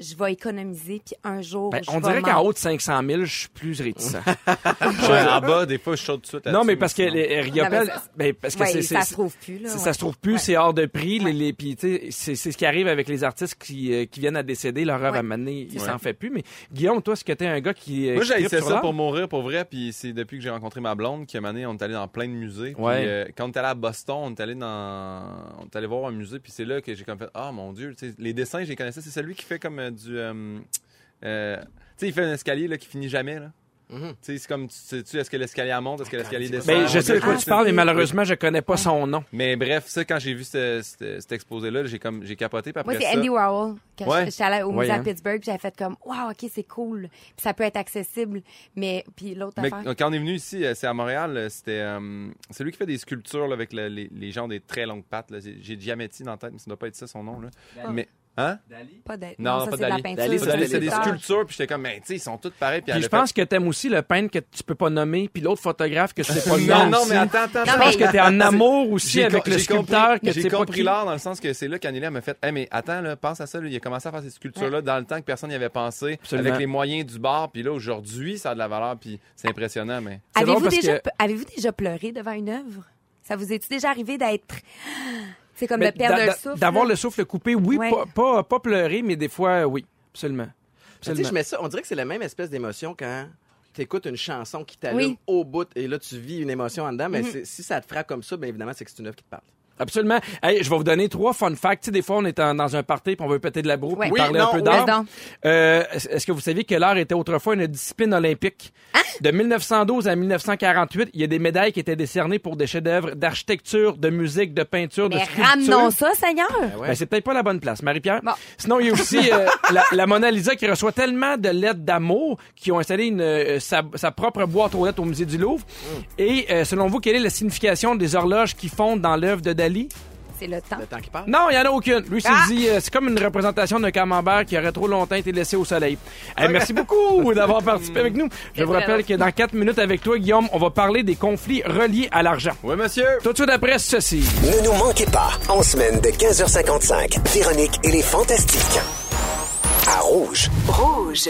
je vais économiser, puis un jour,
Ben,
je
on
vais
dirait
m'en-
qu'en haut de 500 000, je suis plus réticent.
Ouais, en bas, des fois, je saute tout de suite
non,
là-dessus,
mais parce que
sinon.
les
Non,
Riopelle,
mais ça-
ben, parce que
Ouais,
c'est,
ça
c'est-
se trouve plus. Là,
c'est-
ouais.
ça se trouve plus,
Ouais.
c'est hors de prix. Les, les, puis, tu sais, c'est, c'est ce qui arrive avec les artistes qui, euh, qui viennent à décéder. Leur œuvre
Ouais.
à mener, il
Ouais.
s'en fait plus. Mais Guillaume, toi, est-ce que t'es un gars qui. euh,
Moi,
qui
j'ai
tripe
essayé
sur
ça
l'art?
pour mourir, pour vrai. Puis c'est depuis que j'ai rencontré ma blonde que, à un moment donné, on est allé dans plein de musées. Puis,
Ouais.
euh, quand on est allé à Boston, on est allé dans, on est allé voir un musée. Puis c'est là que j'ai comme fait, ah mon dieu, tu sais, les dessins, je les connaissais. C'est celui qui fait comme euh, du, euh, euh, tu sais, il fait un escalier là qui finit jamais là.
Mm-hmm.
Mhm.
Tu sais, c'est comme, tu sais-tu, est-ce que l'escalier elle monte, est-ce que l'escalier descend?
Ben, je
On
sais de
dirait
quoi
que
tu
c'est-
Ah,
parles, mais malheureusement, je connais pas son nom.
Mais bref, ça, quand j'ai vu ce- ce- cet exposé-là, j'ai comme, j'ai capoté. Puis
Moi,
après
c'est
ça,
Andy Warhol. Quand
Ouais.
je- j'étais allée au
Ouais,
musée
hein.
à Pittsburgh, j'avais fait comme, wow, OK, c'est cool. Puis ça peut être accessible. Mais, puis l'autre
Mais
affaire.
quand on est venu ici, euh, c'est à Montréal, euh, c'était euh, celui qui fait des sculptures là, avec le- les, les gens des très longues pattes. là. J'ai j'ai Giametti dans la tête, mais ça doit pas être ça son nom. Là. Mais, hein?
Pas d'être.
Non,
ça,
pas
c'est de la
Dali.
peinture.
Dali,
c'est
ça,
C'était
des
c'est
des
auteurs.
sculptures, puis j'étais comme, mais tu sais, ils sont toutes pareils. Puis
Puis
elle
je
a fait-
pense que t'aimes aussi le peintre que tu peux pas nommer, puis l'autre photographe que tu sais pas le nom.
Non, non,
aussi.
mais attends, attends.
Non,
Je
attends.
mais-
pense que t'es en amour aussi
J'ai
avec
com-
le
j'ai compris-
sculpteur que tu
J'ai
sais pas
compris
qui.
l'art dans le sens que c'est là qu'Anélia m'a fait Hey, mais attends, là, pense à ça. là. Il a commencé à faire ces sculptures-là dans le temps que personne n'y avait pensé,
Absolument.
avec les moyens du bar. Puis là, aujourd'hui, ça a de la valeur. Puis c'est impressionnant, mais.
C'est drôle
Avez-vous
parce
déjà,
que-
pe- avez-vous déjà pleuré devant une œuvre? Ça vous est-tu déjà arrivé d'être. C'est comme
Mais
de perdre
d'a-
le
d'a-
souffle?
D'avoir
là?
le souffle coupé, oui,
Ouais.
pas, pas, pas pleurer, mais des fois, euh, oui, absolument.
Tu sais,
absolument.
je mets ça, on dirait que c'est la même espèce d'émotion quand t'écoutes une chanson qui t'allume
Oui.
au bout et là, tu vis une émotion en dedans, mais c'est- si ça te frappe comme ça, bien évidemment, c'est que c'est une œuvre qui te parle.
Absolument. Hey, je vais vous donner trois fun facts. Tu sais, des fois, on est en- dans un party puis on veut péter de la broue puis
Ouais.
Oui,
parler
non,
un peu
oui,
d'art.
non.
Euh, est- Est-ce que vous saviez que l'art était autrefois une discipline olympique?
Hein?
De 1912 à 1948, il y a des médailles qui étaient décernées pour des chefs-d'œuvre d'architecture, de musique, de peinture, de
Mais
sculpture.
ramenons ça, Seigneur!
Ben, c'est peut-être pas la bonne place, Marie-Pierre.
Bon.
Sinon, il y a aussi euh, la, la Mona Lisa qui reçoit tellement de lettres d'amour qu'ils ont installé une, euh, sa, sa propre boîte aux lettres au musée du Louvre.
Mm.
Et euh, selon vous, quelle est la signification des horloges qui fondent dans l'œuvre de Dali?
C'est le temps.
Le temps qui parle.
Non, il n'y en a aucune. Lui, s'est
Ah!
dit, euh, c'est comme une représentation d'un camembert qui aurait trop longtemps été laissé au soleil. Eh, merci beaucoup d'avoir participé avec nous. Je
C'est
vous
très
rappelle que
drôle.
dans 4 minutes avec toi, Guillaume, on va parler des conflits reliés à l'argent.
Oui, monsieur!
Tout de suite après ceci.
Ne nous manquez pas, en semaine de 15h55, Véronique et les Fantastiques. À Rouge.
Rouge.